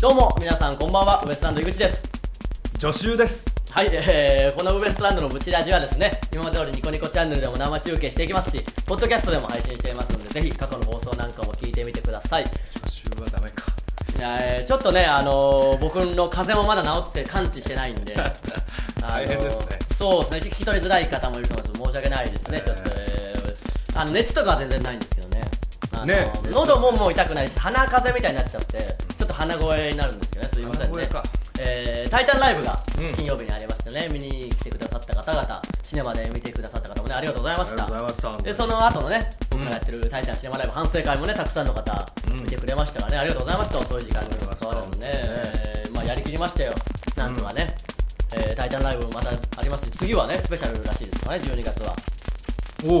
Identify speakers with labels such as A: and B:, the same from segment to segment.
A: どうも皆さんこんばんはウエストランド井口です
B: 助手です
A: はい、えー、このウエストランドのブチラジはですね今まで通りニコニコチャンネルでも生中継していきますしポッドキャストでも配信していますのでぜひ過去の放送なんかも聞いてみてください
B: 助手はダメか
A: えーちょっとね、あのー僕の風邪もまだ治って完治してないん で
B: 大変で
A: あ
B: すね
A: のーそうですね聞き取りづらい方もいると思います申し訳ないですね、
B: え
A: ち
B: ー
A: ょっと、えーあの熱とかは全然ないんですけどねあのー
B: ね
A: 喉ももう痛くないし鼻風邪みたいになっちゃってちょっと鼻声になるんですけどねすいません
B: 鼻声
A: ね
B: か
A: えータイタンライブが
B: うん
A: 金曜日にありましたね、見に来てくださった方々シネマで見てくださった方もねありがとうございまし
B: ありが
A: た
B: とうございました
A: でその後のね
B: うん
A: 僕がやってる「タイタンシネマライブ」反省会もねたくさんの方
B: うん
A: 見てくれましたからね、ありがとうございました遅い時間にもかかわらずね
B: ありがとうございました
A: えーまあやりきりましたよなんとかね、えータイタンライブもまたありますし次はねスペシャルらしいですからね12月は
B: おお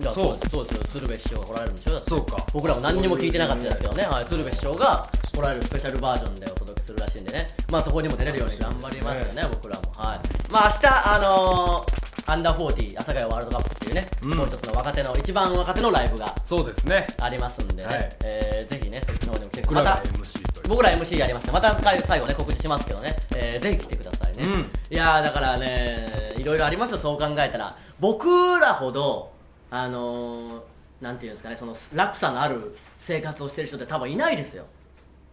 A: いや
B: そう
A: そうですそうですよ鶴瓶師匠が来られるんでしょだって
B: そうか
A: 僕らも何にも聞いてなかったですけどね、はい、鶴瓶師匠が来られるスペシャルバージョンでお届けするらしいんでねまあそこにも出れるように頑張りますよね僕らもはいまあ明日あのーアンダー40阿佐ヶ谷ワールドカップっていうね、
B: うん
A: もう一つの若手の一番若手のライブが
B: そうですね
A: ありますんでね、
B: はい
A: えーぜひねそっちの方でも来て
B: 僕
A: ま
B: らが
A: た
B: MC という
A: 僕ら MC やりますねまた最最後ね告知しますけどね、えーぜひ来てくださいね、
B: うん
A: いやーだからねいろいろありますよそう考えたら僕らほどあのーなんていうんですかねその落差のある生活をしてる人って多分いないですよ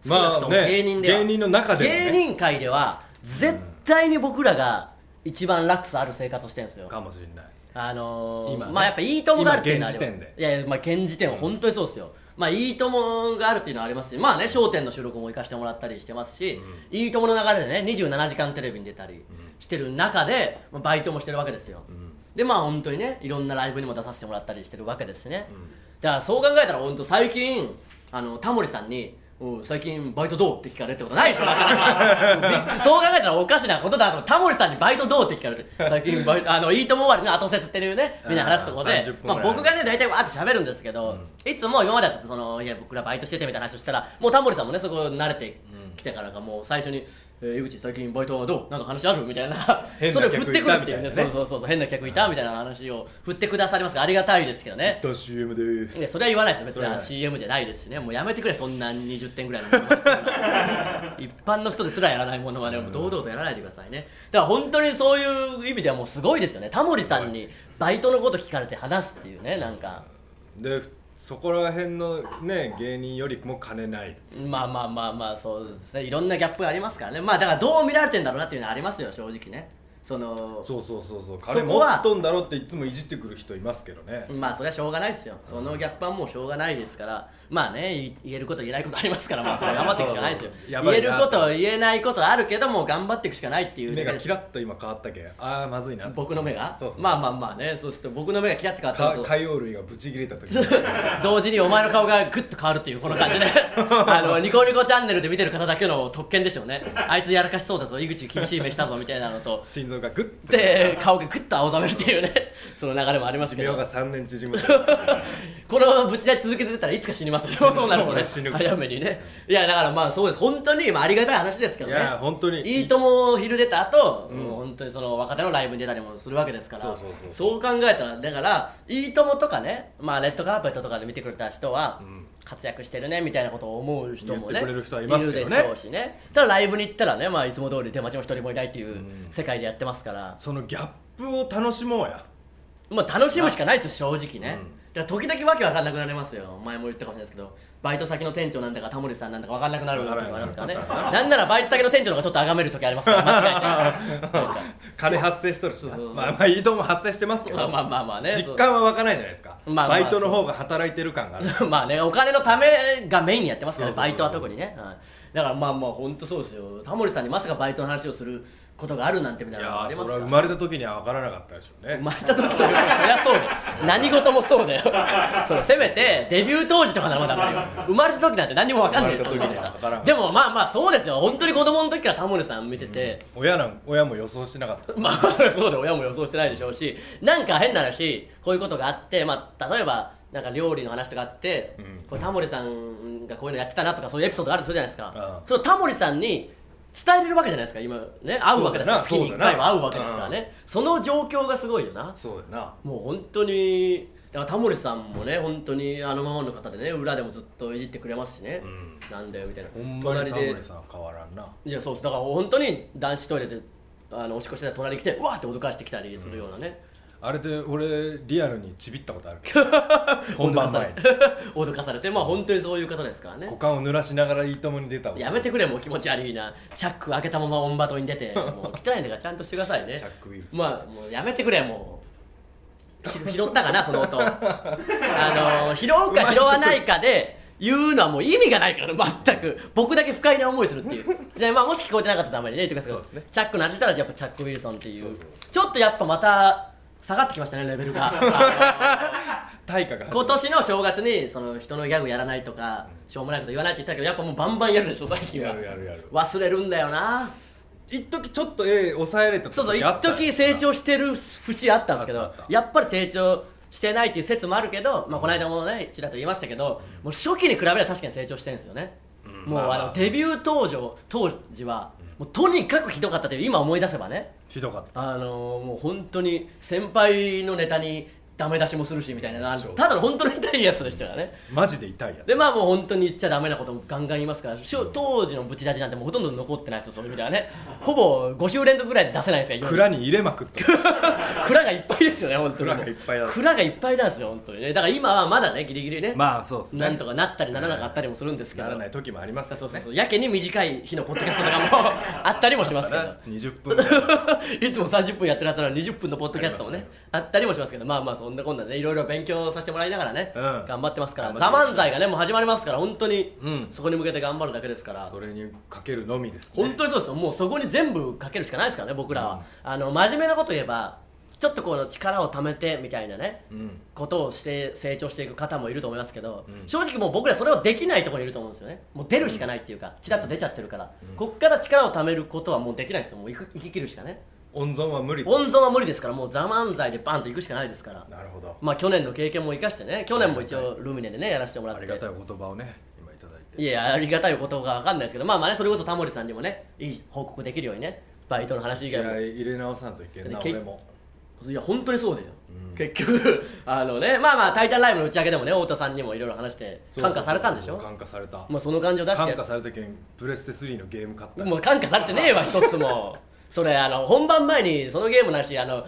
B: まあ
A: 少なくとも
B: ね
A: 芸人では
B: 芸人の中ではね
A: 芸人界では絶対に僕らが一番落差ある生活をしてるんですよ
B: かもしれない
A: あのー
B: 今ね
A: まあやっぱいいともがあるっていうのはあります
B: 今現時点
A: いやいやまあ現時点は本当にそうですよ、まあいいともがあるっていうのはありますしまあね『笑点』の収録も行かせてもらったりしてますし、いいともの流れでね『27時間テレビ』に出たりしてる中で、まあ、バイトもしてるわけですよ、でまあ本当にねいろんなライブにも出させてもらったりしてるわけですしね、だからそう考えたら本当最近あのタモリさんにうん最近バイトどうって聞かれるってことないでしょなか なかびっそう考えたらおかしなことだとタモリさんにバイトどうって聞かれる最近バイトあのいいとも終わりの後説っていうねみんな話すとこ
B: あー
A: で
B: 30分ぐ
A: ま
B: ら
A: あ、
B: い
A: 僕がね大体わーって喋るんですけど、いつも今まではちょっとそのいや僕らバイトしててみたいな話をしたらもうタモリさんもねそこ慣れてきてからかもう最初に「えー井口最近バイトはどうなんか話ある?」みたいな
B: 変
A: そ
B: な
A: れを
B: 客
A: 振ってくるっていうね
B: いたみたいな
A: そうそ
B: ね
A: うそうそう変な客いたみたいな話を振ってくださりますからありがたいですけどね
B: と CM です
A: いやそれは言わないですよ別
B: それは
A: に
B: ない
A: CM じゃないですしねもうやめてくれそんな20点ぐらいの 一般の人ですらやらないものはねもう堂々とやらないでくださいねだから本当にそういう意味ではもうすごいですよねタモリさんにバイトのこと聞かれて話すっていうねなんか
B: でそこら辺のね芸人よりも金ない
A: まあまあまあまあそうですねいろんなギャップがありますからねまあだからどう見られてんだろうなっていうのはありますよ正直ねその
B: そうそうそうそう金
A: そこ
B: 持
A: は
B: っとんだろっていつもいじってくる人いますけどね
A: まあそれはしょうがないですよそのギャップはもうしょうがないですからまあねい言えること言えないことありますからまあそれは頑張っていくしかないですよ
B: そうそうやば
A: 言え
B: いな
A: ること言えないことあるけどもう頑張っていくしかないっていう
B: 目が
A: だけ
B: キ
A: で
B: ラッと今変わったけああまずいな
A: 僕の目が
B: そうそう
A: まあまあまあねそうすると僕の目がキラッて変わった
B: か
A: のと
B: 海洋類がブチ切れた時
A: 同時にお前の顔がグッと変わるっていうこの感じ であのニコニコチャンネルで見てる方だけの特権でしょうねあいつやらかしそうだぞ井口厳しい目したぞみたいなのと
B: 心臓がグッて
A: で顔がグッと青ざめるっていうね その流れもあります
B: 寿
A: け
B: 命
A: ど
B: が3年縮む
A: このままぶち台続けてたらいつか死にますよ そうなるとね
B: 死ぬ
A: 早めにねいやだからまあそうです本当にまあありがたい話ですけど
B: い
A: ね
B: や本当に
A: いいとも昼出た後、
B: うん
A: もう本当にその若手のライブに出たりもするわけですから
B: そうそうそう
A: 考えたらだからいいともとかね、まあ、レッドカーペットとかで見てくれた人は、
B: うん
A: 活躍してるねみたいなことを思う人もね
B: 言ってくれる人はいますけどね
A: るでしょうしねただライブに行ったらね、まあ、いつも通り出待ちも一人もいないっていう世界でやってますから、
B: そのギャップを楽しもうや
A: もう楽しむしかないですよ正直ね、
B: うん
A: だから時々わけわかんなくなりますよ前も言ったかもしれないですけどバイト先の店長なんだかタモリさんなんだかわかんなくなる時もありますからねなんならバイト先の店長の方がちょっと崇める時あります から間違いないなんか
B: 金発生しとるし
A: そうそうそう
B: まあまあいいとも発生してますけど
A: まあまあまあまあね
B: 実感は湧かないじゃないですか、
A: まあまあ
B: バイトの方が働いてる感がある
A: まあねお金のためがメインにやってますからね
B: そうそうそう
A: バイトは特にね、はいだからまあまあ本当そうですよタモリさんにまさかバイトの話をすることがあるなんてみ
B: い
A: たいなのがあ
B: やー
A: り
B: そ
A: ますか
B: れは
A: ら
B: 生まれた時には分からなかったでしょうね
A: 生まれた時とかそりゃそうだよ何事もそうだ よそのせめてデビュー当時とかならまだわかるよ生まれた時なんて何も分かんないです
B: 生まれた時なんて分からん
A: でもまあまあそうですよ本当に子供の時からタモリさん見てて、
B: 親なん親も予想してなかった
A: まあそうで親も予想してないでしょうしなんか変な話こういうことがあって、まあ、例えばなんか料理の話とかあって、
B: うん
A: これタモリさんがこういうのやってたなとかそういうエピソードがあるとするじゃないですか
B: うん
A: そのタモリさんに伝えれるわけじゃないですか今ね会うわけですから月
B: そ
A: に1
B: うだなそうだな
A: 回は会うわけですからねその状況がすごいよな
B: そうだよな
A: もう本当にだからタモリさんもね本当にあのままの方でね裏でもずっといじってくれますしね、
B: うん
A: なんだよみたいな
B: ほんまにタモ
A: で
B: リさんは変わらんない
A: やそうですだから本当に男子トイレであのおしっこしてたら隣に来てうわーって脅かしてきたりするようなね、
B: あれで俺リアルにちびったことある 本番前に
A: 脅かされ脅かされてま あ本当にそういう方ですからね
B: 股間を濡らしながらいいともに出たこと
A: やめてくれもう気持ち悪いなチャック開けたままオンバトに出 てもう汚いんだからちゃんとしてくださいね
B: チャックウィルス
A: まあもうやめてくれもうひ拾ったかなその音あの拾うか拾わないかで言うのはもう意味がないからね全く僕だけ不快な思いするっていうちなみにまあもし聞こえてなかったらあまりね言ってください
B: そうですね
A: チャックの話したらやっぱチャック・ウィルソンっていう
B: そうそう
A: ちょっとやっぱまた下がってきましたねレベルがあの
B: 対価が
A: 今年の正月にその人のギャグやらないとかしょうもないこと言わないって言ったけどやっぱもうバンバンやるでしょ最近は
B: やるやるやる
A: 忘れるんだよな
B: 一時ちょっと絵抑えれた時
A: そうそう
B: あっ
A: 一
B: たよ
A: 時成長してる節あったんですけ
B: あ
A: ど
B: ったあった
A: やっぱり成長してないっていう説もあるけど、まあ、この間もねちらっと言いましたけどもう初期に比べれば確かに成長してるんですよね、
B: うん
A: もう、
B: まあまあ
A: あ、のデビュー当時当時はもうとにかくひどかったという今思い出せばね
B: ひどかった
A: あのーもう本当に先輩のネタにダメ出しもするしみたいなあの
B: そう
A: ただの本当に痛いやつでしたからね、
B: マジで痛いやつ
A: でまあもう本当に言っちゃダメなこともガンガン言いますからしょ当時のブチラジなんてもうほとんど残ってないですよそういう意味ではねほぼ5週連続ぐらいで出せないですよ今
B: 蔵に入れまくった
A: 蔵がいっぱいですよね本当に
B: 蔵がいっぱいだ
A: 蔵がいっぱいなんですよ本当にねだから今はまだねギリギリね,、
B: まあそうですね
A: なんとかなったりならなかったりもするんですけど、
B: ならない時もあります
A: そうそう
B: ね
A: そうやけに短い日のポッドキャストとかもあったりもしますけど
B: 20分ぐらい
A: いつも30分やってるやつなのに20分のポッドキャストもねあったりもしますけどまあまあそんなこんなでねいろいろ勉強させてもらいながらね、
B: うん
A: 頑張ってますから「
B: 頑
A: ザ
B: 張って
A: 漫才がねもう始まりますから本当に、
B: うん
A: そこに向けて頑張るだけですから
B: それにかけるのみですね
A: 本当にそうですよもうそこに全部かけるしかないですからね僕らは、あの真面目なこと言えばちょっとこの力を貯めてみたいなね、
B: うん
A: ことをして成長していく方もいると思いますけど、
B: うん
A: 正直もう僕らそれをできないところにいると思うんですよねもう出るしかないっていうか、ちらっと出ちゃってるから、こっから力を貯めることはもうできないですよもう生き生き切るしかね
B: 温存は無理
A: 温存は無理ですからもう「ザ漫才でバンと行くしかないですから
B: なるほど
A: まあ去年の経験も生かしてね去年も一応ルミネでねやらせてもらっ
B: あ
A: て
B: りがたいお言葉をね今いただいて
A: いやいやありがたいことが分かんないですけどまあまあねそれこそタモリさんにもねいい報告できるようにねバイトの話以
B: 気合
A: 外
B: い
A: も
B: 入れ直さんといけんな
A: け
B: 俺も
A: いや本当にそうだよ、
B: うん
A: 結局 あのねまあまあ「タイタンライブ」の打ち上げでもね太田さんにもいろいろ話して感化されたんでしょ
B: 感化された
A: まあ、その感情出して
B: 感化されたけんプレステ3のゲーム買った
A: もう感化されてねえわ一つもそれあの本番前にそのゲームの話あの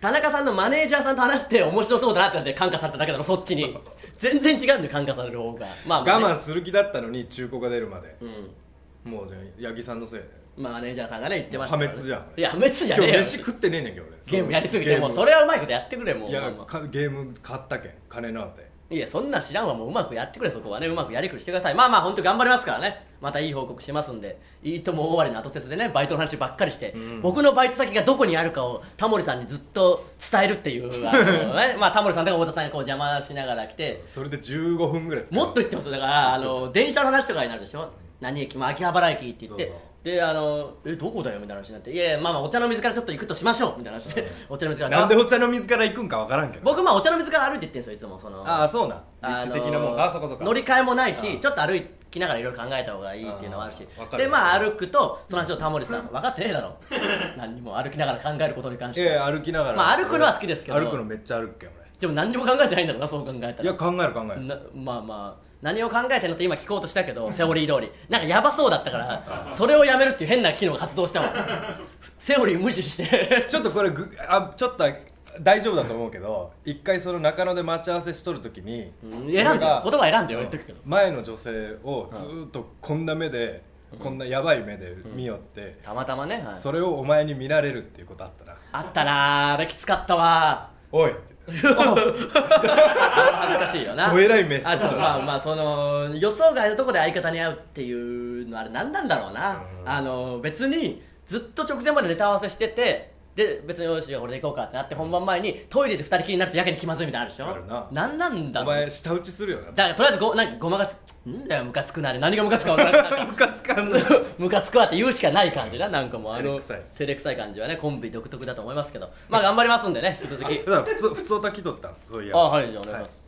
A: 田中さんのマネージャーさんと話して面白そうだなってなって感化されただけだろそっちに全然違うんだよ感化される方がまあまあね、
B: 我慢する気だったのに中古が出るまで
A: うん
B: もうじゃあ八木さんのせいで
A: まあマネージャーさんがね言ってましたからね
B: 破滅じゃん
A: いや破滅じゃね
B: 今
A: え
B: 日
A: よ
B: 飯食ってねえねんけど俺
A: ゲームやりすぎてもうそ
B: れ
A: れはうまいことやってくれもう
B: い
A: い
B: やかゲーム買ったけん金なんて
A: いやそんなん知らんわもううまくやってくれそこはねうまくやりくりしてくださいまあまあ本当頑張りますからねまたいい報告しますんでいいとも終わりの後説でねバイトの話ばっかりして、
B: うん
A: 僕のバイト先がどこにあるかをタモリさんにずっと伝えるって いうあの、ね、まあタモリさんとか太田さんがこう邪魔しながら来て
B: それで15分ぐらい使う
A: もっと言ってますよだからあの電車の話とかになるでしょ何駅も秋葉原駅って言って
B: そう
A: であのえどこだよみたいな話になっていやいやまあまあお茶の水からちょっと行くとしましょうみたいな話で、お茶の水から
B: なんでお茶の水から行くんかわからんけど
A: 僕まあお茶の水から歩いて行ってんですよいつもその
B: ああそうな
A: あ
B: 立
A: の
B: 地的なもんかあそこそこ
A: 乗り換えもないし
B: ああ
A: ちょっと歩きながらいろいろ考えた方がいいっていうのはあるし
B: ああわかる
A: でまあ歩くとその話をタモリさん分かってねえだろ 何にも歩きながら考えることに関し
B: いやい
A: て
B: や歩きながら
A: まあ歩くのは好きですけど
B: 歩くのめっちゃ歩くけん俺
A: でも何にも考えてないんだろうなそう考えた
B: い
A: ら
B: や考える考える
A: なまあまあ何を考えてんのって今聞こうとしたけどセオリー通 りなんかヤバそうだったからそれをやめるっていう変な機能が発動 したもんセオリー無視して
B: ちょっとこれぐあちょっと大丈夫だと思うけど一回その中野で待ち合わせしとるときに
A: うん選んでよ
B: 俺
A: 言
B: が
A: 葉選んでよ言っとくけど
B: 前の女性をずーっとこんな目でこんなやばい目で見よって
A: たまたまね、はい
B: それをお前に見られるっていうことあったな
A: あったなーあれきつかったわ
B: おいって言って
A: 恥ずかしいよな
B: どえらい目して
A: あ
B: た
A: とまあまあその予想外のとこで相方に会うっていうのはあれ何なんだろうな、
B: うん
A: あの別にずっと直前までネタ合わせしててで別によしこれで行こうかってなって本番前にトイレで2人きりになるとやけに気まずいみたいなのあるでしょ
B: ある
A: 何なん だ
B: お
A: ろう
B: 前舌打ちするよな
A: だからとりあえずごなんかごまかすんだよムカつくなあれ何がムカつくか分からない
B: ムカつかんの
A: ムカつくわって言うしかない感じななんかもうあの
B: 照れくさい
A: 照れくさい感じはねコンビ独特だと思いますけどまあ頑張りますんでね引き続き
B: だから普通普通歌来とったんですそういや
A: あはいじゃあお願いします、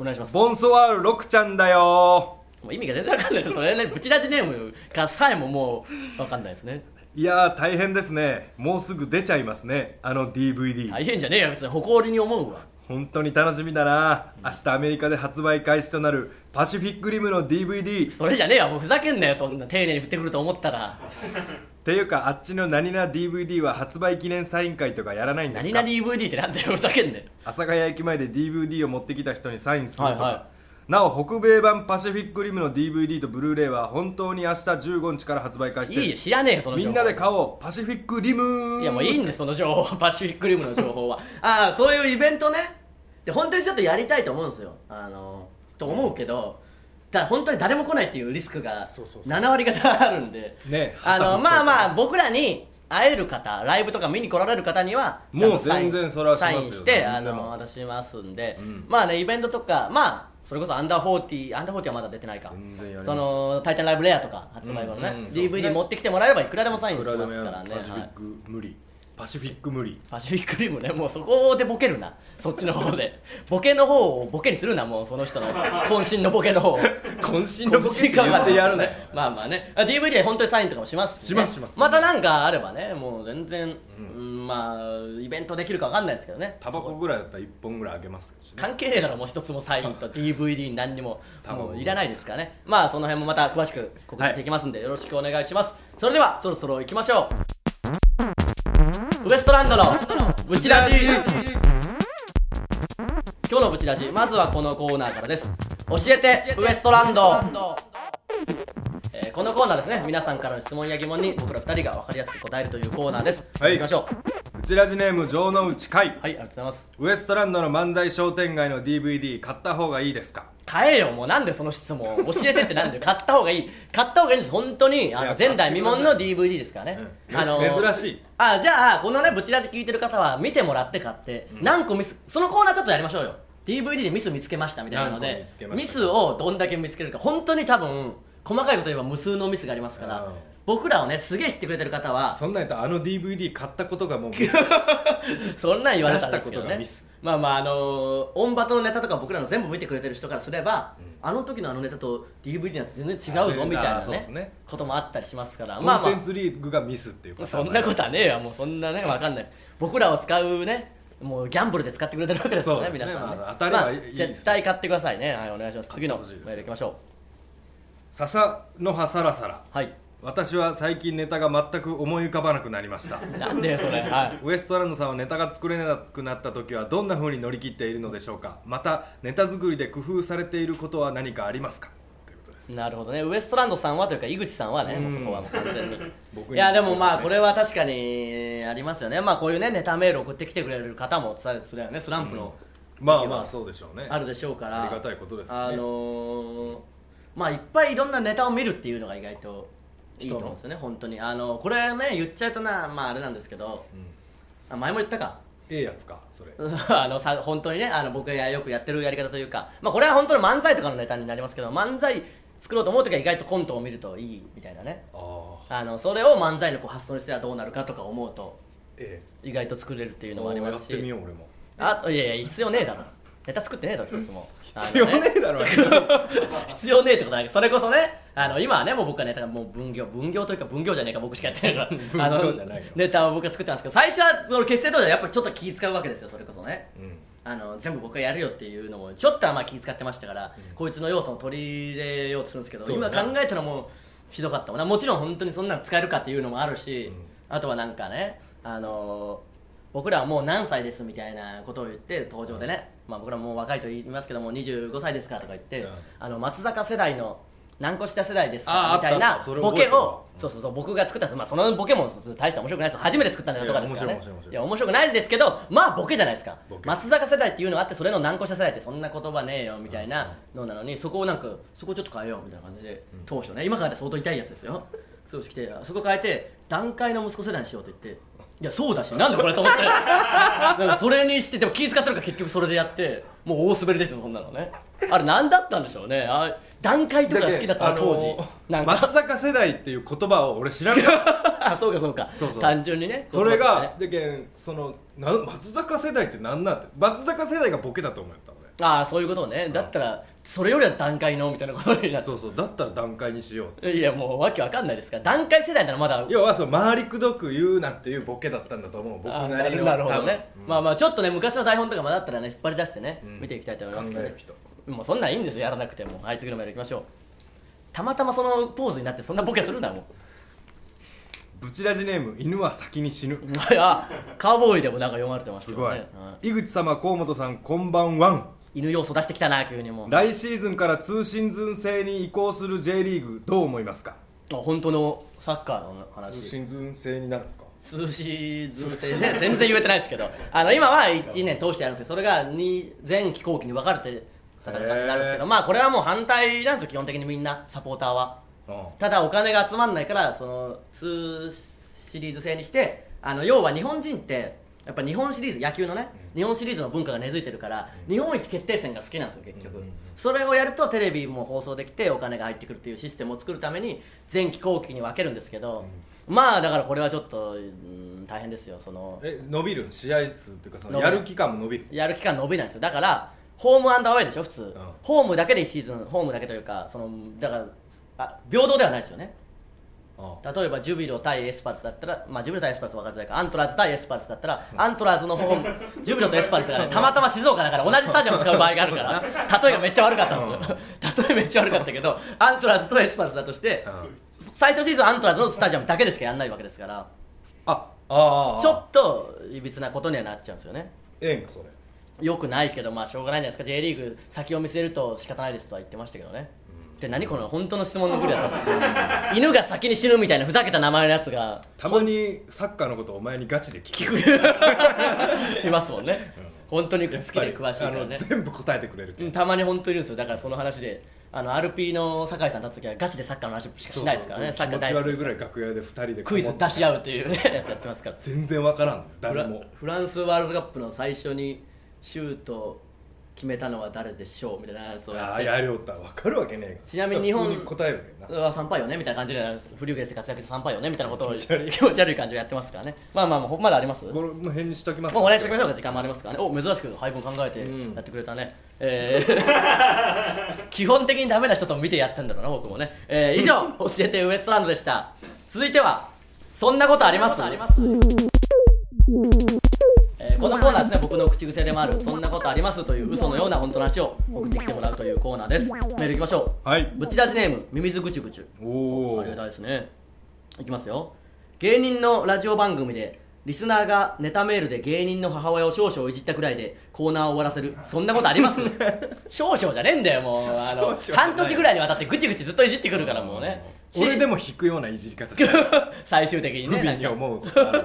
A: お願いします
B: ボンソワールロクちゃんだよ
A: もう意味が全然わかんないですそれねブチラジネームかさえももうわかんないですね
B: いやー大変ですねもうすぐ出ちゃいますねあの DVD
A: 大変じゃねえよ別に誇りに思うわ
B: 本当に楽しみだな明日アメリカで発売開始となるパシフィックリムの DVD っ
A: それじゃねえわもうふざけんなよそんな丁寧に振ってくると思ったら
B: ていうかあっちの何々 DVD は発売記念サイン会とかやらないんです
A: 何
B: か
A: 々 DVD ってなんだよふざけんなよ
B: 阿佐ヶ谷駅前で DVD を持ってきた人にサインするとか、
A: はいは
B: なお北米版パシフィックリムの DVD とブルーレイは本当に明日15日から発売開始
A: い
B: です
A: いよ知らねえよその
B: み
A: 情報
B: んなで買おうパシフィックリムー
A: いやもういいんですその情報 パシフィックリムの情報はああそういうイベントねで本当にちょっとやりたいと思うんですよあのと思うけどだから本当に誰も来ないっていうリスクが
B: そうそうそう
A: 7割方あるんで
B: ねえ
A: あ のまあまあ僕らに会える方ライブとか見に来られる方にはちゃんとサイン
B: もう全然それはしますよ
A: サインして
B: 全然
A: あの渡しますんで、
B: うん
A: まあねイベントとかまあそれこそアンダーフォーティーアンダーフォーティーはまだ出てないか
B: 全然やります
A: その「タイタンライブレア」とか発売後のね、
B: うんうんそうですね
A: DVD 持ってきてもらえればいくらでもサインします
B: いく
A: から
B: らで
A: ね
B: もやるパシフィック無理、パシフィック無理
A: パシフィックリムねもうそこでボケるなそっちの方でボケの方をボケにするなもうその人の渾身のボケの方を
B: 渾身のボケって言ってやるね
A: まあまあねあ DVD で本当にサインとかもしますね
B: しますします
A: またなんかあればねもう全然、
B: うん
A: うんまあイベントできるかわかんないですけどね
B: タバコぐらいだったら1本ぐらいあげますけどね
A: 関係ねえだろもう一つもサイン と DVD に何にも
B: 多分
A: もういらないですからねまあその辺もまた詳しく告知していきますんで、よろしくお願いしますそれではそろそろ行きましょうウエストランドのブチラジ今日のブチラジまずはこのコーナーからです教えてウエストランドえーこのコーナーですね皆さんからの質問や疑問に僕ら2人が分かりやすく答えるというコーナーです、
B: はい
A: 行きましょう
B: うちラジネーム城之内海
A: はいありがとうございます
B: ウエストランドの漫才商店街の DVD 買った方がいいですか
A: 買えよもうなんでその質問教えてってなんで買った方が いい買った方がいいんです本当にあ
B: い
A: の
B: や
A: 前代未聞の DVD ですからね、
B: うん
A: あの
B: 珍しい
A: あじゃあこのねブチラジ聞いてる方は見てもらって買って、何個ミスそのコーナーちょっとやりましょうよ DVD でミス見つけましたみたいなの
B: 何個
A: で
B: 見つけま
A: ミ
B: した
A: スをどんだけ見つけるか本当に多分細かいこと言えば無数のミスがありますから、
B: うん
A: 僕らをねすげえ知ってくれてる方は
B: そんなんやったらあの DVD 買ったことがもうミス
A: そんなん言われたんですけど
B: 出したことが
A: ね
B: ミス
A: まあまああのーオンバトのネタとか僕らの全部見てくれてる人からすれば、あの時のあのネタと DVD のやつ全然違うぞ
B: あ
A: みたい
B: あ
A: な
B: そうで
A: ね
B: すね
A: こともあったりしますからまあ
B: コンテン
A: ま
B: ツリーグがミスっていう
A: あ
B: こと
A: そんなことはねえわもうそんなねわかんないです僕らを使うねもうギャンブルで使ってくれてるわけですからね
B: そうですね
A: 皆さんね、
B: まあ当たりはいいですよ
A: 絶対買ってくださいねはいお願いします次のメ
B: 買ってほしいです
A: ールいきましょ
B: 笹の葉サラサラ
A: うはい
B: 私は最近ネタが全く思い浮かばなくなりました
A: なんでそれはい
B: ウエストランドさんはネタが作れなくなった時はどんな風に乗り切っているのでしょうかまたネタ作りで工夫されていることは何かありますかということです
A: なるほどねウエストランドさんはというか井口さんはねもうそこはもう完全に
B: 僕に
A: いやでもまあこれは確かにありますよねまあこういうねネタメール送ってきてくれる方もそうだよねスランプの
B: まあまあそうでしょうね
A: あるでしょうから、
B: ありがたいことですね
A: あのーまあいっぱいいろんなネタを見るっていうのが意外といいと思うんですよね本当にあのこれね言っちゃうとなまああれなんですけど
B: うん
A: あ前も言ったか
B: ええやつかそれ
A: あのさ本当にねあの僕がよくやってるやり方というか、まあ、これは本当に漫才とかのネタになりますけど漫才作ろうと思う時は意外とコントを見るといいみたいなね
B: ああ
A: あのそれを漫才のこう発想にしたらどうなるかとか思うと
B: え
A: 意外と作れるってい
B: え
A: うのもあります
B: やってみ
A: し
B: よう俺も
A: あといやいや必要ねえだろネタ作ってねえだろ一つも
B: 必要
A: あの
B: ねえだろ
A: 必要ねえってことないそれこそねあの今はねもう僕はネタがもう分業分業というか分業じゃねえか僕しかやってないからあの
B: 分業じゃないよ
A: ネタを僕は作ってたんですけど最初はその結成当時はやっぱちょっと気使うわけですよそれこそね
B: うん
A: あの全部僕がやるよっていうのもちょっとはまあ気遣ってましたから、こいつの要素を取り入れようとするんですけど、
B: そう
A: 今
B: だね
A: 考えたらもうひどかったもんなもちろん本当にそんなの使えるかっていうのもあるし、あとはなんかねあのー僕らはもう何歳ですみたいなことを言って登場でね、まあ、僕らもう若いと言いますけどもう25歳ですからとか言って、
B: うん
A: あの松坂世代の何個下世代ですか
B: あー
A: みたい
B: あっ
A: な
B: たそれ
A: ボ
B: 覚えて
A: ケ
B: るわ
A: をそうそうそう僕が作ったんです、まあ、そのボケも大して面白くないです初めて作ったネタとかですから
B: い
A: ね
B: や面白い面白い面白い
A: いや面白くないですけどまあボケじゃないですか
B: ボケ
A: 松坂世代っていうのがあってそれの難個下世代ってそんな言葉ねえよみたいなのなのにそこをなんかそこちょっと変えようみたいな感じで当初ね今からだって相当痛いやつですよそうしてきてそこ変えて段階の息子世代にしようって言っていやそうだしなんでこれと思って なんかそれにしてでも気遣ってるから結局それでやってもう大滑りですよそんなのねあれ何だったんでしょうねあ段階とか好きだった
B: あ
A: な
B: の
A: 当時なん
B: 松
A: か
B: 坂世代っていう言葉を俺知らなかった
A: あ そうかそうか
B: そうそう
A: 単純にね
B: それ
A: 言葉とかね
B: がでけんそのな松坂世代って何なんて松坂世代がボケだと思った俺
A: ああそういうことねだったらそれよりは段階のみたいなことになって
B: そうそうだったら段階にしよう
A: いやもうわけわかんないですから段階世代ならまだ
B: 要はその回りくどく言うなっていうボケだったんだと思う僕
A: あ
B: なりの
A: なるほどね、
B: 多分
A: まあまあちょっとね昔の台本とかもだったらね引っ張り出してね、
B: うん
A: 見ていきたいと思いますけど、
B: 考
A: ね
B: える、
A: もうそんなんいいんですよやらなくてもあいつぐらいまで行きましょうたまたまそのポーズになってそんなボケするなも
B: ブチラジネーム犬は先に死ぬ
A: ういやカウボーイでもなんか読まれてます
B: す
A: け
B: ご
A: ど
B: い、
A: ね、うん
B: 井口様河本さんこんばんはん
A: 犬要素出してきたな急にもう
B: 来シーズンから通信ズン制に移行する J リーグどう思いますか
A: あ本当のサッカーの話
B: 通信ズン制になるんですか
A: 通信ずっね全然言えてないですけどあの今は1年通してやるんですけどそれがに全飛行機に分かれて戦いになるんですけど
B: へー
A: まあこれはもう反対なんですよ基本的にみんなサポーターはただお金が集まらないからその2シリーズ制にしてあの要は日本人ってやっぱ日本シリーズ野球のね、日本シリーズの文化が根付いてるから、日本一決定戦が好きなんですよ結局、
B: うんうんうん
A: それをやるとテレビも放送できてお金が入ってくるっていうシステムを作るために全機後期に分けるんですけど、まあだからこれはちょっと、うん大変ですよその
B: え伸びるん試合数っていうかそ
A: 伸
B: の
A: びる
B: やる期間も伸びる
A: やる期間伸びないんですよだからホームアンドアウェイでしょ普通、ホームだけで1シーズンホームだけというかそのだからあ平等ではないですよね例えばジュビロ対エスパルスだったら、まあ、ジュビロ対エスパルスは分かりづらいかアントラーズ対エスパルスだったら、アントラーズの ホームジュビロとエスパルスが、ね、たまたま静岡だから同じスタジアム使う場合があるから例えがめっちゃ悪かったんですよ、例えめっちゃ悪かったけどアントラーズとエスパルスだとして、最初シーズンアントラーズのスタジアムだけでしかやらないわけですから
B: あああ
A: ちょっといびつなことにはなっちゃうんですよね
B: ええんかそれ
A: よくないけどまあしょうがないんじゃないですか J リーグ先を見せると仕方ないですとは言ってましたけどねで何この本当の質問の来るやつだ犬が先に死ぬみたいなふざけた名前のやつが
B: たまにサッカーのことお前にガチで聞く
A: いますもんね本当に好き
B: やっぱり
A: で詳しいからね
B: あの全部答えてくれるけ
A: う
B: ど
A: んたまに本当にいるんですよだからその話であの RP の酒井さんだった時はガチでサッカーの話しかしないですからね
B: そうそう
A: サッカー大
B: 気持
A: 好
B: ち
A: き
B: 悪いぐらい楽屋で2人で
A: クイズ出し合うというねやつやってますから
B: 全然わからん誰も
A: フラフランスワールドカップの最初にシュート決めたのは誰でしょうみたいなやつをや
B: あ
A: っ
B: あ
A: て
B: やりおったらわかるわけねえが
A: ちなみに日本
B: 普通に答えるけ
A: う
B: どな
A: わ3敗よねみたいな感じでフリューゲルスで活躍して3敗よねみたいなことを
B: 気持ち悪い
A: 気持ち悪い感じをやってますからねまあまあまあほんまだあります
B: この辺にしときます
A: もうお願いしておきましょうか時間もありますからねお珍しく配分考えて
B: うん
A: やってくれたね、えー 基本的にダメな人とも見てやってんだろうな僕もね、えー以 上教えてウエストランドでした続いてはそんなことありますありますえーこのコーナーですね僕の口癖でもあるそんなことありますという嘘のような本当の話を送ってきてもらうというコーナーですメールいきましょう
B: はい
A: ぶちラジネームミミズぐちゅぐちゅ
B: おお
A: ありがたいですねいきますよ芸人のラジオ番組でリスナーがネタメールで芸人の母親を少々いじったくらいでコーナーを終わらせるそんなことあります少々じゃねえんだよもうあ
B: 少々
A: の
B: じゃない
A: 半年ぐらいにわたってぐちぐちずっといじってくるからもうね
B: 俺で
A: も
B: も引くようないじり方
A: 最終的に
B: 不
A: ね
B: 憫に思うことある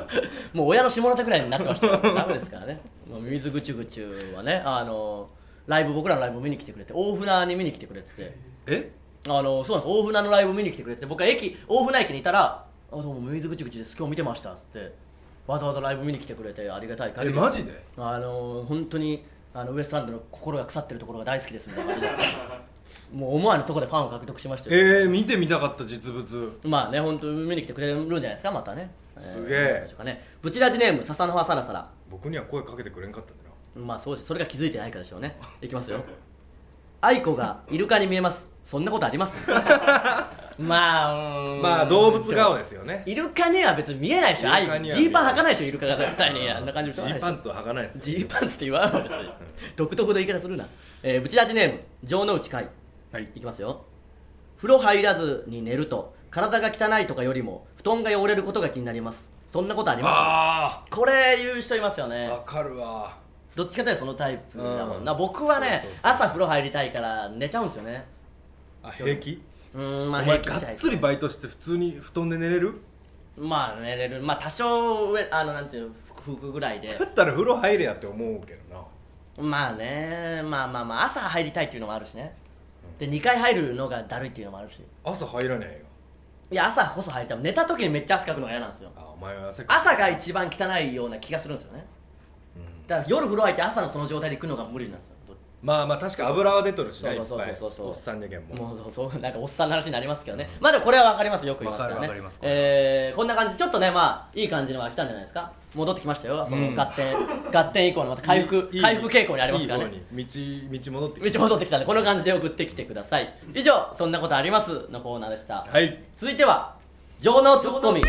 A: もう親の下ネタくらいになってましたよダメですからねもうミミズぐちゅぐちゅはねあのライブ僕らのライブ見に来てくれて大船に見に来てくれてて
B: え
A: あのそうなんです大船のライブ見に来てくれて僕は駅大船駅にいたら「あどうも水口口です今日見てました」っつってわざわざライブ見に来てくれてありがたい限
B: え
A: り
B: マジで
A: あの本当にあのウエストランドの心が腐ってるところが大好きですみたいな感じで もう思わぬところでファンを獲得しましたよ
B: えー、見てみたかった実物
A: まあね本当に見に来てくれるんじゃないですかまたね
B: すげえ
A: どうでしょうかねブチラジネーム笹の葉サラサラ
B: 僕には声かけてくれんかったんだな
A: まあそうですそれが気づいてないからでしょうねいきますよ愛子がイルカに見えますそんなことありますまあうーん
B: まあ動物顔ですよね
A: イルカには別に見えないでしょ
B: イル
A: あ
B: カ
A: あい
B: には
A: うジ
B: 見えない
A: ーパン履かないでしょイルカが絶対にあんな感じ
B: ジ
A: の人
B: ーパン
A: は
B: ツは履かないですよ
A: ジーパンツって言わんわ別に独特の言い方するな、えー、ブチラジネーム城之内海
B: はい
A: いきますよ風呂入らずに寝ると体が汚いとかよりも布団が汚れることが気になりますそんなことありま
B: あ
A: すこれ言う人いますよね
B: あわかるわ
A: どっちかというとそのタイプだもんな、
B: うん
A: 僕はね
B: そうそうそう
A: 朝風呂入りたいから寝ちゃうんですよね
B: あ平気
A: うーん
B: お
A: まあ
B: 前
A: 平
B: が
A: 気
B: っ
A: ちゃい
B: つりバイトして普通に布団で寝れる
A: まあ寝れるまあ多少上あのなんていうの服服ぐらいで
B: だったら風呂入れやって思うけどな
A: まあねまあまあまあ朝入りたいっていうのもあるしねで2回入るのがだるいっていうのもあるし
B: 朝入らね
A: いや朝こそ入りたい寝た時にめっちゃ汗かくのが嫌なんですよ
B: えよあお前は汗か
A: 朝が一番汚いような気がするんですよね
B: うん
A: だから夜風呂入って朝のその状態で行くのが無理なんですよど
B: まあまあ確か油は出とるしねい
A: そう
B: っ
A: そう
B: ぱ
A: そう
B: い
A: そうそう
B: おっさんじゃけんも
A: もうそうそうなんかおっさんの話になりますけどね、まあでもこれは分かりますよく言いますから
B: わ
A: ね
B: かりますわかりますこれは
A: えーこんな感じでちょっとねまあいい感じのが来たんじゃないですか戻ってきましたよその
B: うん
A: 合点、 合点以降のまた回復
B: いい
A: 回復傾向にありますから
B: い
A: ね
B: い方に道道戻ってきて
A: 道戻ってきたんでこの感じで送ってきてください以上「そんなことあります」のコーナーでした、
B: はい
A: 続いては情のツッコミ、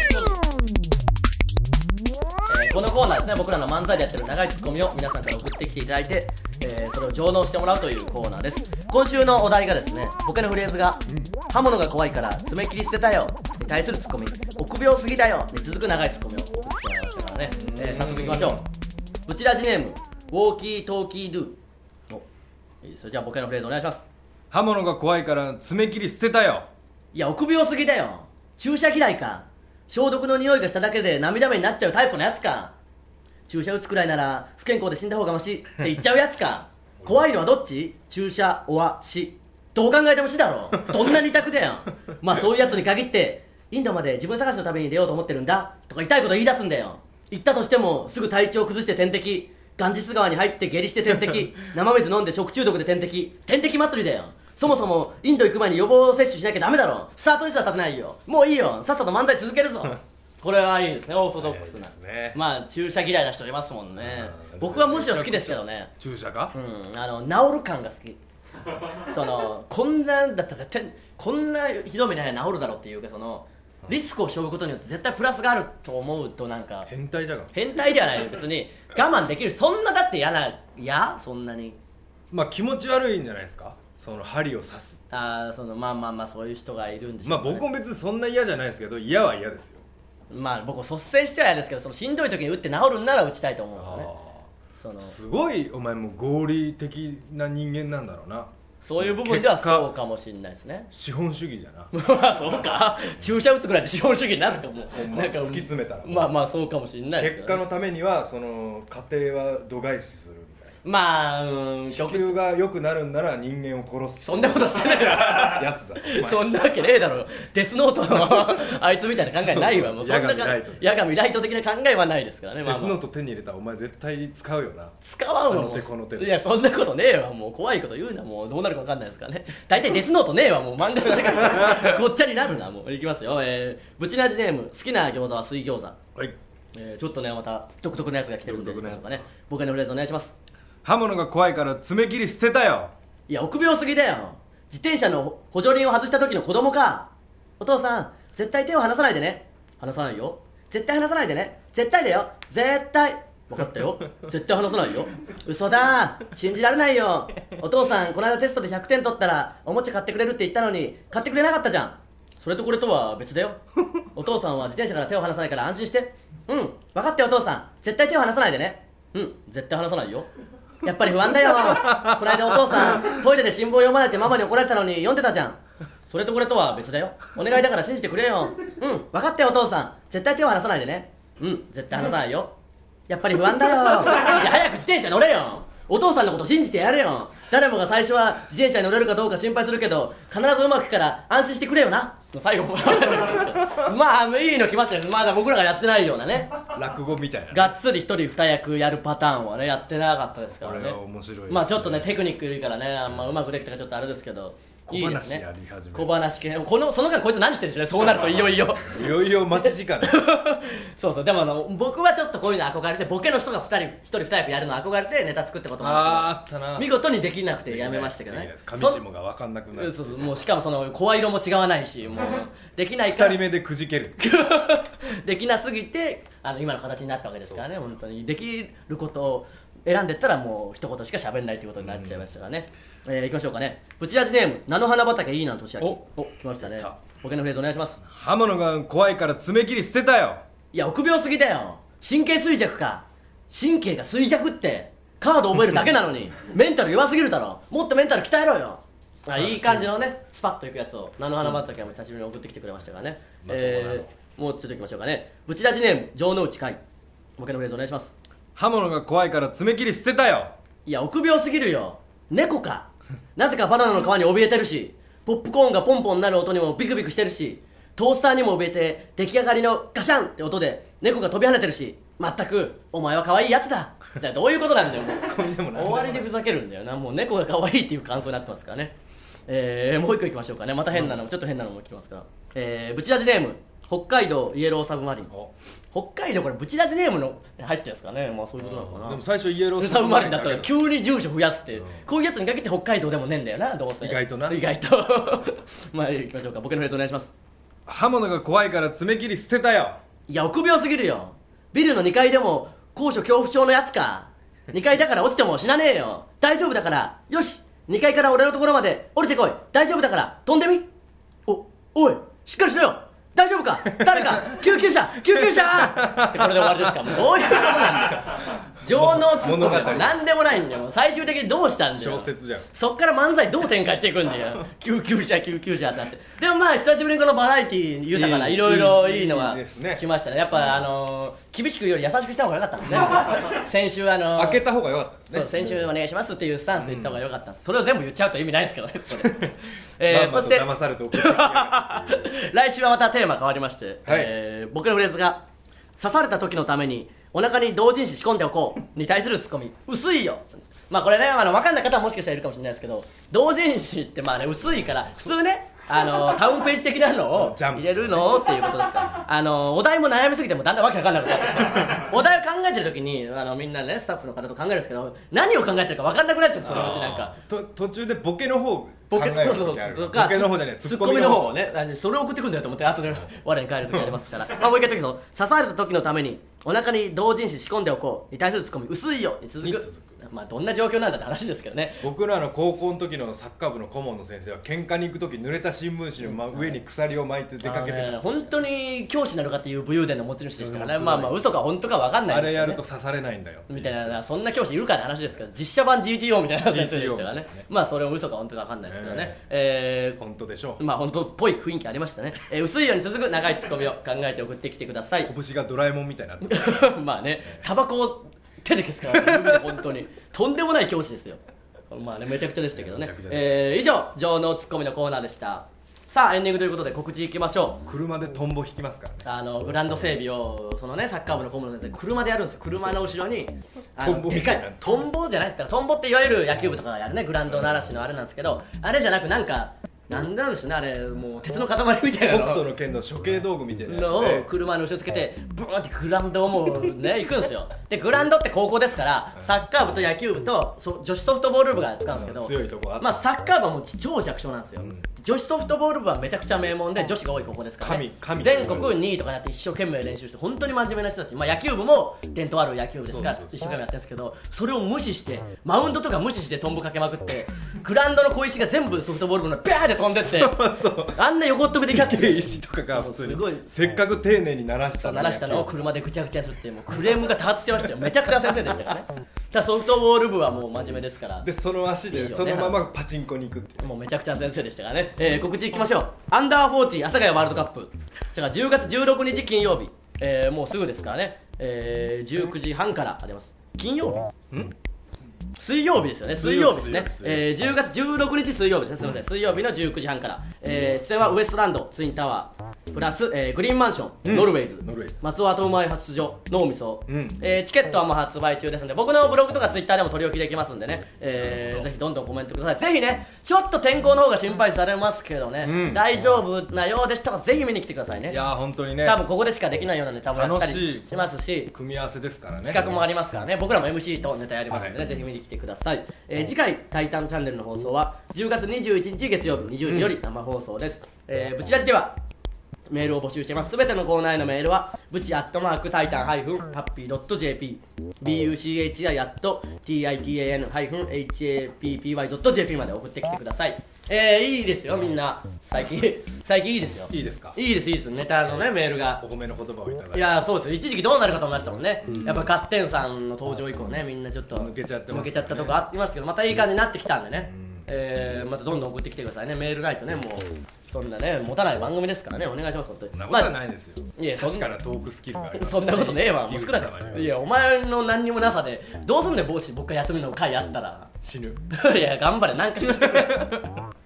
A: えーこのコーナーですね僕らの漫才でやってる長いツッコミを皆さんから送ってきていただいて、えーそれを上納してもらうというコーナーです今週のお題がですね僕のフレーズが「刃物が怖いから爪切り捨てたよ」に対するツッコミ「臆病すぎだよ」に続く長いツッコミを送ってもらいましたからね、えー早速いきましょうブチラジネームウォーキートーキードゥおいいですよじゃあ僕のフレーズお願いします
B: 刃物が怖いから爪切り捨てたよ
A: いや、臆病すぎだよ。注射嫌いか。消毒の匂いがしただけで涙目になっちゃうタイプのやつか。注射打つくらいなら不健康で死んだ方がましって言っちゃうやつ か。怖いのはどっち注射、おわ、死。どう考えても死だろ。どんな二択だ よ。まあそういうやつに限って、インドまで自分探しのために出ようと思ってるんだ。とか痛いこと言い出すんだよ。言ったとしても、すぐ体調崩して点滴。ガンジス川に入って下痢して点 滴。生水飲んで食中毒で点滴。点滴祭りだよ。そもそもインド行く前に予防接種しなきゃダメだろスタートにすら立てないよもういいよさっさと漫才続ける ぞこれはいいですねオーソドックス
B: いい
A: な
B: ですね
A: まあ注射嫌いな人いますもんね
B: うん
A: 僕はむしろ好きですけどね
B: 注射か
A: うんあの治る感が好 きそのこんなんだったら絶対こんなひどい目に遭いは治るだろうっていうかそのリスクを背負うことによって絶対プラスがあると思うとなんか
B: 変態じゃが
A: 変態ではないよ別に我慢できるそんなだって嫌な嫌そんなに
B: まあ気持ち悪いんじゃないですかその針を刺す
A: あーそのまあまあまあそういう人がいるんでし
B: ま
A: ょ
B: あ
A: うかね
B: 僕も別にそんな嫌じゃないですけど嫌は嫌ですよ
A: まあ僕率先しては嫌ですけどそのしんどい時に打って治るんなら打ちたいと思うんですよねその
B: すごいお前もう合理的な人間なんだろうな
A: そういう部分では
B: 結果
A: そうかもしれないですね
B: 資本主義じゃな
A: まあ そうか注射打つぐらいで資本主義になるかも
B: ほんま
A: なんか
B: 突き詰めたら
A: まあまあそうかもしれないですけど、
B: 結果
A: ね、
B: のためにはその家庭は度外視するみたいな
A: まあうん
B: 地
A: 極
B: 球が良くなるんなら人間を殺す
A: そんなことしてないわ
B: やつだお前
A: そんなわけねえだろデスノートの あいつみたいな考えないわもうそんな
B: そう
A: か
B: 野上ライト
A: 矢神ライト的な考えはないですからね、まあ
B: デ
A: ま
B: ス
A: あ
B: ノート手に入れたらお前絶対使うよな
A: 使わんわも
B: あの手この手
A: う
B: で
A: いやそんなことねえわもう怖いこと言うなもうどうなるか分かんないですからね大体デスノートねえわもう漫画の世界 がごっちゃになるなもういきますよえー、ぶちなじネーム好きな餃子は水餃子
B: はい
A: えー、ちょっとねまた独特なやつが来てるんで
B: 独特なやつ
A: ね僕へのフレーズお願いします
B: 刃物が怖いから爪切り捨てたよ
A: いや臆病すぎだよ自転車の補助輪を外した時の子供かお父さん絶対手を離さないでね離さないよ絶対離さないでね絶対だよ絶対分かったよ絶対離さないよ嘘だ信じられないよお父さんこの間テストで100点取ったらおもちゃ買ってくれるって言ったのに買ってくれなかったじゃんそれとこれとは別だよお父さんは自転車から手を離さないから安心してうん分かったよお父さん絶対手を離さないでねうん絶対離さないよやっぱり不安だよこの間お父さんトイレで新聞を読まれてママに怒られたのに読んでたじゃんそれとこれとは別だよお願いだから信じてくれようん分かったよお父さん絶対手を離さないでねうん絶対離さないよやっぱり不安だよいや早く自転車乗れよお父さんのこと信じてやれよ誰もが最初は自転車に乗れるかどうか心配するけど必ずうまくいくから安心してくれよな最後もまあいいの来ましたよまだ僕らがやってないようなね
B: 落語みたいな
A: がっつり一人二役やるパターンはねやってなかったですから
B: これ
A: ね
B: は面白いですね
A: まあちょっとねテクニックいるからねあんまうまくできたかちょっとあれですけど
B: 小
A: いいです
B: 話
A: ね
B: やり始め
A: 小
B: る
A: 話系このその間こいつ何してるんでしょうねそうなるといよいよ
B: いよいよ待ち時 間だ
A: そうそうでもあの僕はちょっとこういうの憧れてボケの人が二人一人二役やるの憧れてネタ作ってこともあるんで
B: あーあったな
A: すけど見事にできなくてやめましたけどね
B: 上下が分かんなくな
A: そ
B: る
A: そうそうもうしかもその声色も違わないしもうできないか
B: 二
A: ら
B: 人目でくじける
A: できなすぎてあの今の形になったわけですからね本当にできることを選んでったらもう一言しか喋んないということになっちゃいましたからね、えー、いきましょうかねぶち出しネーム菜の花畑いいな年明
B: お
A: お来ましたね
B: 来た
A: ボケのフレーズお願いします
B: 刃物が怖いから爪切り捨てたよ
A: いや臆病すぎだよ神経衰弱か神経が衰弱ってカード覚えるだけなの にメンタル弱すぎるだろもっとメンタル鍛えろよあいい感じのねスパッといくやつを菜の花畑も久しぶりに送ってきてくれましたからね、
B: またこうな
A: え
B: の
A: ー、もうちょっといきましょうかねぶち出しネーム城之内海ボケのフレーズお願いします
B: 刃物が怖いから爪切り捨てたよ
A: いや臆病すぎるよ猫かなぜかバナナの皮に怯えてるしポップコーンがポンポンなる音にもビクビクしてるしトースターにも怯えて出来上がりのガシャンって音で猫が飛び跳ねてるしまったくお前は可愛いやつだだからどういうことなんだよもう
B: コミでもなんでもない
A: 終わりでふざけるんだよなもう猫が可愛いっていう感想になってますからね、えー、もう一個いきましょうかねまた変なの、ちょっと変なのも来てますから、えー、ブチラジネーム北海道イエローサブマリン
B: お
A: 北海道これブチラジネームの入ってるんですかねまあそういうことなのかな
B: でも最初イエ ロー
A: サブマリンだったら
B: 日
A: 急に住所増やすって、
B: うん
A: こういうやつにかけて北海道でもねえんだよなどうせ
B: 意外とな
A: 意外と まあ行きましょうかボケのフレーズお願いします
B: 刃物が怖いから爪切り捨てたよ
A: いや臆病すぎるよビルの2階でも高所恐怖症のやつか2階だから落ちても死なねえよ大丈夫だからよし2階から俺のところまで降りてこい大丈夫だから飛んでみおおいしっかりしろよ大丈夫か誰か救急車救急車ってこれで終わりです かもうどういうことなんだよ情能つっ
B: 物
A: 込
B: 語
A: ん何でもないんだよもう最終的にどうしたんだよ
B: 小説じゃん
A: そっから漫才どう展開していくんだ よ救急車救急車ってなってでもまあ久しぶりにこのバラエティー豊かない
B: い
A: いろいろいいのが
B: いいですね
A: 来ましたねやっぱあのー厳しくより優しくした方が良かったん ですね先週あのー
B: 開けた方が良かったですね
A: そう先週お願いしますっていうスタンスで言った方が良かったんです、それを全部言っちゃうと意味ないんですけどね これ、えー
B: まんま
A: そ
B: と
A: して
B: 騙されておくは
A: 来週はまたテーマ変わりまして、えー僕のフレーズが刺された時のためにお腹に同人誌仕込んでおこうに対するツッコミ薄いよまあこれねあの分かんない方はもしかしたらいるかもしれないですけど同人誌ってまあね薄いから普通ねあのタウンページ的なのを
B: ジャンプ
A: 入れるのっていうことですからあのお題も悩みすぎてもだんだんわけわかんなくなってきて お題を考えてる時にあのみんなねスタッフの方と考えるんですけど何を考えてるかわかんなくなっちゃうそのうちなんか
B: と途中でボケの方を
A: ボ
B: 考
A: ケ
B: える時あるボケの方じゃない
A: ツ
B: ツ
A: ッ
B: ッ
A: コ
B: コ
A: ミ
B: ミ
A: の
B: の
A: 方
B: 方
A: をねあそれを送ってくんだよと思って後で我に返る時ありますからまあもう一回言っとくけど刺された時のためにお腹に同人誌仕込んでおこうに対するツッコミ薄いよに続く
B: に続く
A: まあどんな状況なんだって話ですけどね
B: 僕らの高校の時のサッカー部の顧問の先生は喧嘩に行く時濡れた新聞紙の真上に鎖を巻いて出かけて
A: あのね
B: た
A: 本当に教師になるかっていう武勇伝の持ち主でしたからね
B: うん
A: まあまあ嘘か本当かわかんない
B: あ
A: です
B: れ
A: け
B: や
A: どね
B: ると刺されないんだよ
A: みたいなそんな教師いるかって話ですけど実写版 GTO みたいな先生でしたからね
B: GTO ね
A: まあそれも嘘か本当かわかんないですけどねえー
B: 本当でしょう
A: まあ本当っぽい雰囲気ありましたね、えー薄いように続く長いツッコミを考えて送ってきてください
B: 拳がドラえもんみたいになってる
A: まあねタバコを手で消すからね本当にとんでもない教師ですよまあねめちゃくちゃでしたけどね
B: めちゃくちゃでした
A: えー以上情のツッコミのコーナーでしたさあエンディングということで告知いきましょう
B: 車でトンボ引きますからね
A: あのグラウンド整備をそのねサッカー部の顧問の先生車でやるんですよ車の後ろにあ
B: トン
A: の
B: ボ
A: で
B: み
A: か
B: たいなや
A: い
B: つ
A: トンボじゃないですかトンボっていわゆる野球部とかがやるねグラウンドの嵐のあれなんですけどあれじゃなくなんかなんなんでしょうねあれもう鉄の塊みたいな
B: 北
A: の
B: 斗の剣の処刑道具みたいなやつ
A: のを
B: で
A: 車の後ろつけてブーンってグラウンドをもう ね行くんですよでグラウンドって高校ですからサッカー部と野球部とそ女子ソフトボール部が使うんですけ
B: う
A: ど
B: ん強いとこあった
A: まあサッカー部はもう超弱小なんですよ
B: うん
A: 女子ソフトボール部はめちゃくちゃ名門で女子が多い高校ですからね
B: 神神
A: 全国2位とかになって一生懸命練習して本当に真面目な人たちまあ野球部も伝統ある野球部ですから
B: そうそうそう
A: 一生懸命やってるんですけどそれを無視してマウンドとか無視してトンボかけまくってグラウンドの小石が全部ソフトボール部のビャーって飛んでって
B: そうそう
A: あんな横っ飛びでキャッ
B: で
A: チ
B: 石とかが普通
A: すごい
B: にせっかく丁寧に鳴らしたに
A: 鳴らしたのを車でぐちゃぐちゃにするっていうもうクレームが多発してましたよめちゃくちゃ先生でした からねただソフトボール部はもう真面目ですから
B: でその足
A: いいよ
B: で
A: ね
B: そのままパチンコに行くっていう
A: もうめちゃくちゃ先生でしたからね、えー告知いきましょうアンダー40阿佐ヶ谷ワールドカップそれから10月16日金曜日、えーもうすぐですからね、えー19時半からあります金曜日
B: ん
A: 水曜日ですよね水曜日ですね
B: 水曜日水曜日
A: えー10月16日水曜日ですねすみません水曜日の19時半から、えー出演はウエストランドツインタワープラス、えーグリーンマンション、
B: うん
A: ノルウェーズ
B: ノルウェーズ
A: 松尾後前発所脳みそ、
B: うん
A: えーチケットはもう発売中ですので僕のブログとかツイッターでも取り置きできますんでね、えーぜひどんどんコメントくださいぜひねちょっと天候の方が心配されますけどね、
B: うん
A: 大丈夫なようでしたらぜひ見に来てくださいね
B: いやー本当にね
A: 多分ここでしかできないようなんで多分やった
B: 楽し
A: り
B: い
A: しますし
B: 組み合わせですからね
A: 企画もありますからね僕らも MC とネタやりますので、ね
B: はい
A: ぜひ見に来てください、えー次回「タイタンチャンネル」の放送は10月21日月曜日20時より生放送です、えーブチラジではメールを募集していますすべてのコーナーへのメールはブチアットマークタイタンハイフンハッピードット JP buchi アット titan ハイフン happy ドット JP まで送ってきてくださいえー、いいですよみんな最近最近いいですよ
B: いいですか
A: いいですいいですネタのねメールが
B: お褒めの言葉をいただい
A: い
B: て
A: やーそうですよ一時期どうなるかと思いましたもんね、やっぱガッテンさんの登場以降ねみんなちょっと
B: 抜けちゃってますね
A: 抜けちゃったとこありましたけどまたいい感じになってきたんでね、えーまたどんどん送ってきてくださいねメールないとねもうそんなね持たない番組ですからねお願いします本当に
B: そんなことはない
A: ま
B: ですよ、
A: いやそん
B: 確かなトークスキルがありま
A: あ
B: す
A: そんなことねえわもう少な
B: 井口様
A: い
B: に
A: いやお前の何にもなさでどうすんねん帽子僕が休みの回あったら
B: 死ぬ
A: いや頑張れ何かしてくれ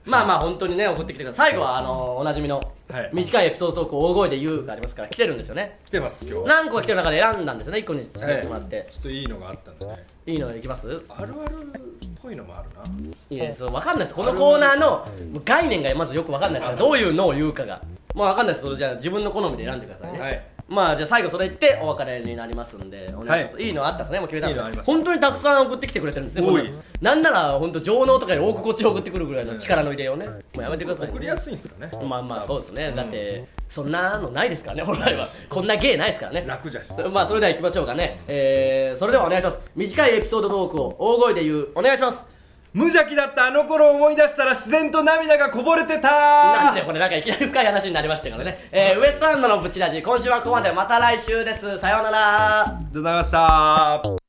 A: まあまあ本当にね送ってきてください最後はあのおなじみの
B: はい
A: 短いエピソードトークを大声で言うがありますから来てるんですよね
B: 来てます今日は
A: 何個か来てる中で選んだんですよね1個にして
B: ええ
A: もらって
B: ちょっといいのがあったんでね
A: いいのいきます
B: あるあるっぽいのもあるない
A: いです分かんないですこのコーナーのもう概念がまずよく分かんないですからどういうのを言うかがまあ分かんないですそれじゃあ自分の好みで選んでくださいね、
B: はい
A: まあじゃあ最後それ言ってお別れになりますんでお願いします、、
B: はい
A: いのあったんですねもう決めたん
B: いいのあり
A: で
B: ますす
A: 本当にたくさん送ってきてくれてるんですね
B: 多い
A: こんなのなんなら本当上納とかより多くこっちに送ってくるぐらいの力の入れようね、もうやめてください、ね、
B: 送りやすいんですかね
A: まあまあそうですね、
B: ん
A: だってそんなのないですからね本来はこんな芸ないですからね
B: 楽じゃし
A: まあそれでは行きましょうかね、えー、それではお願いします短いエピソードトークを大声で言うお願いします
B: 無邪気だったあの頃を思い出したら自然と涙がこぼれてた
A: なんでこれなんかいきなり深い話になりましたからね、えー、ウエストランドのブチラジ今週はここまでまた来週ですさようなら
B: ありがとうございました